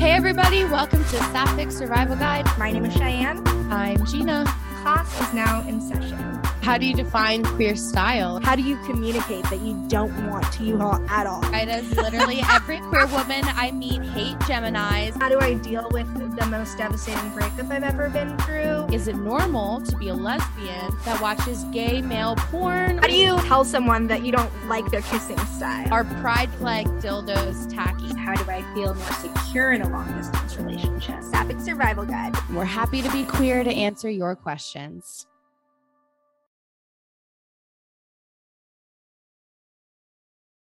everybody. Welcome to Sapphic Survival Guide. My name is Cheyenne. I'm Gina. Class is now in session. How do you define queer style? How do you communicate that you don't want to U-Haul at all? Right, as literally every queer woman I meet hate Geminis. How do I deal with the most devastating breakup I've ever been through? Is it normal to be a lesbian that watches gay male porn? How do you tell someone that you don't like their kissing style? Are pride flag dildos tacky? How do I feel more secure in a long distance relationship? Sapphic Survival Guide. We're happy to be queer to answer your questions.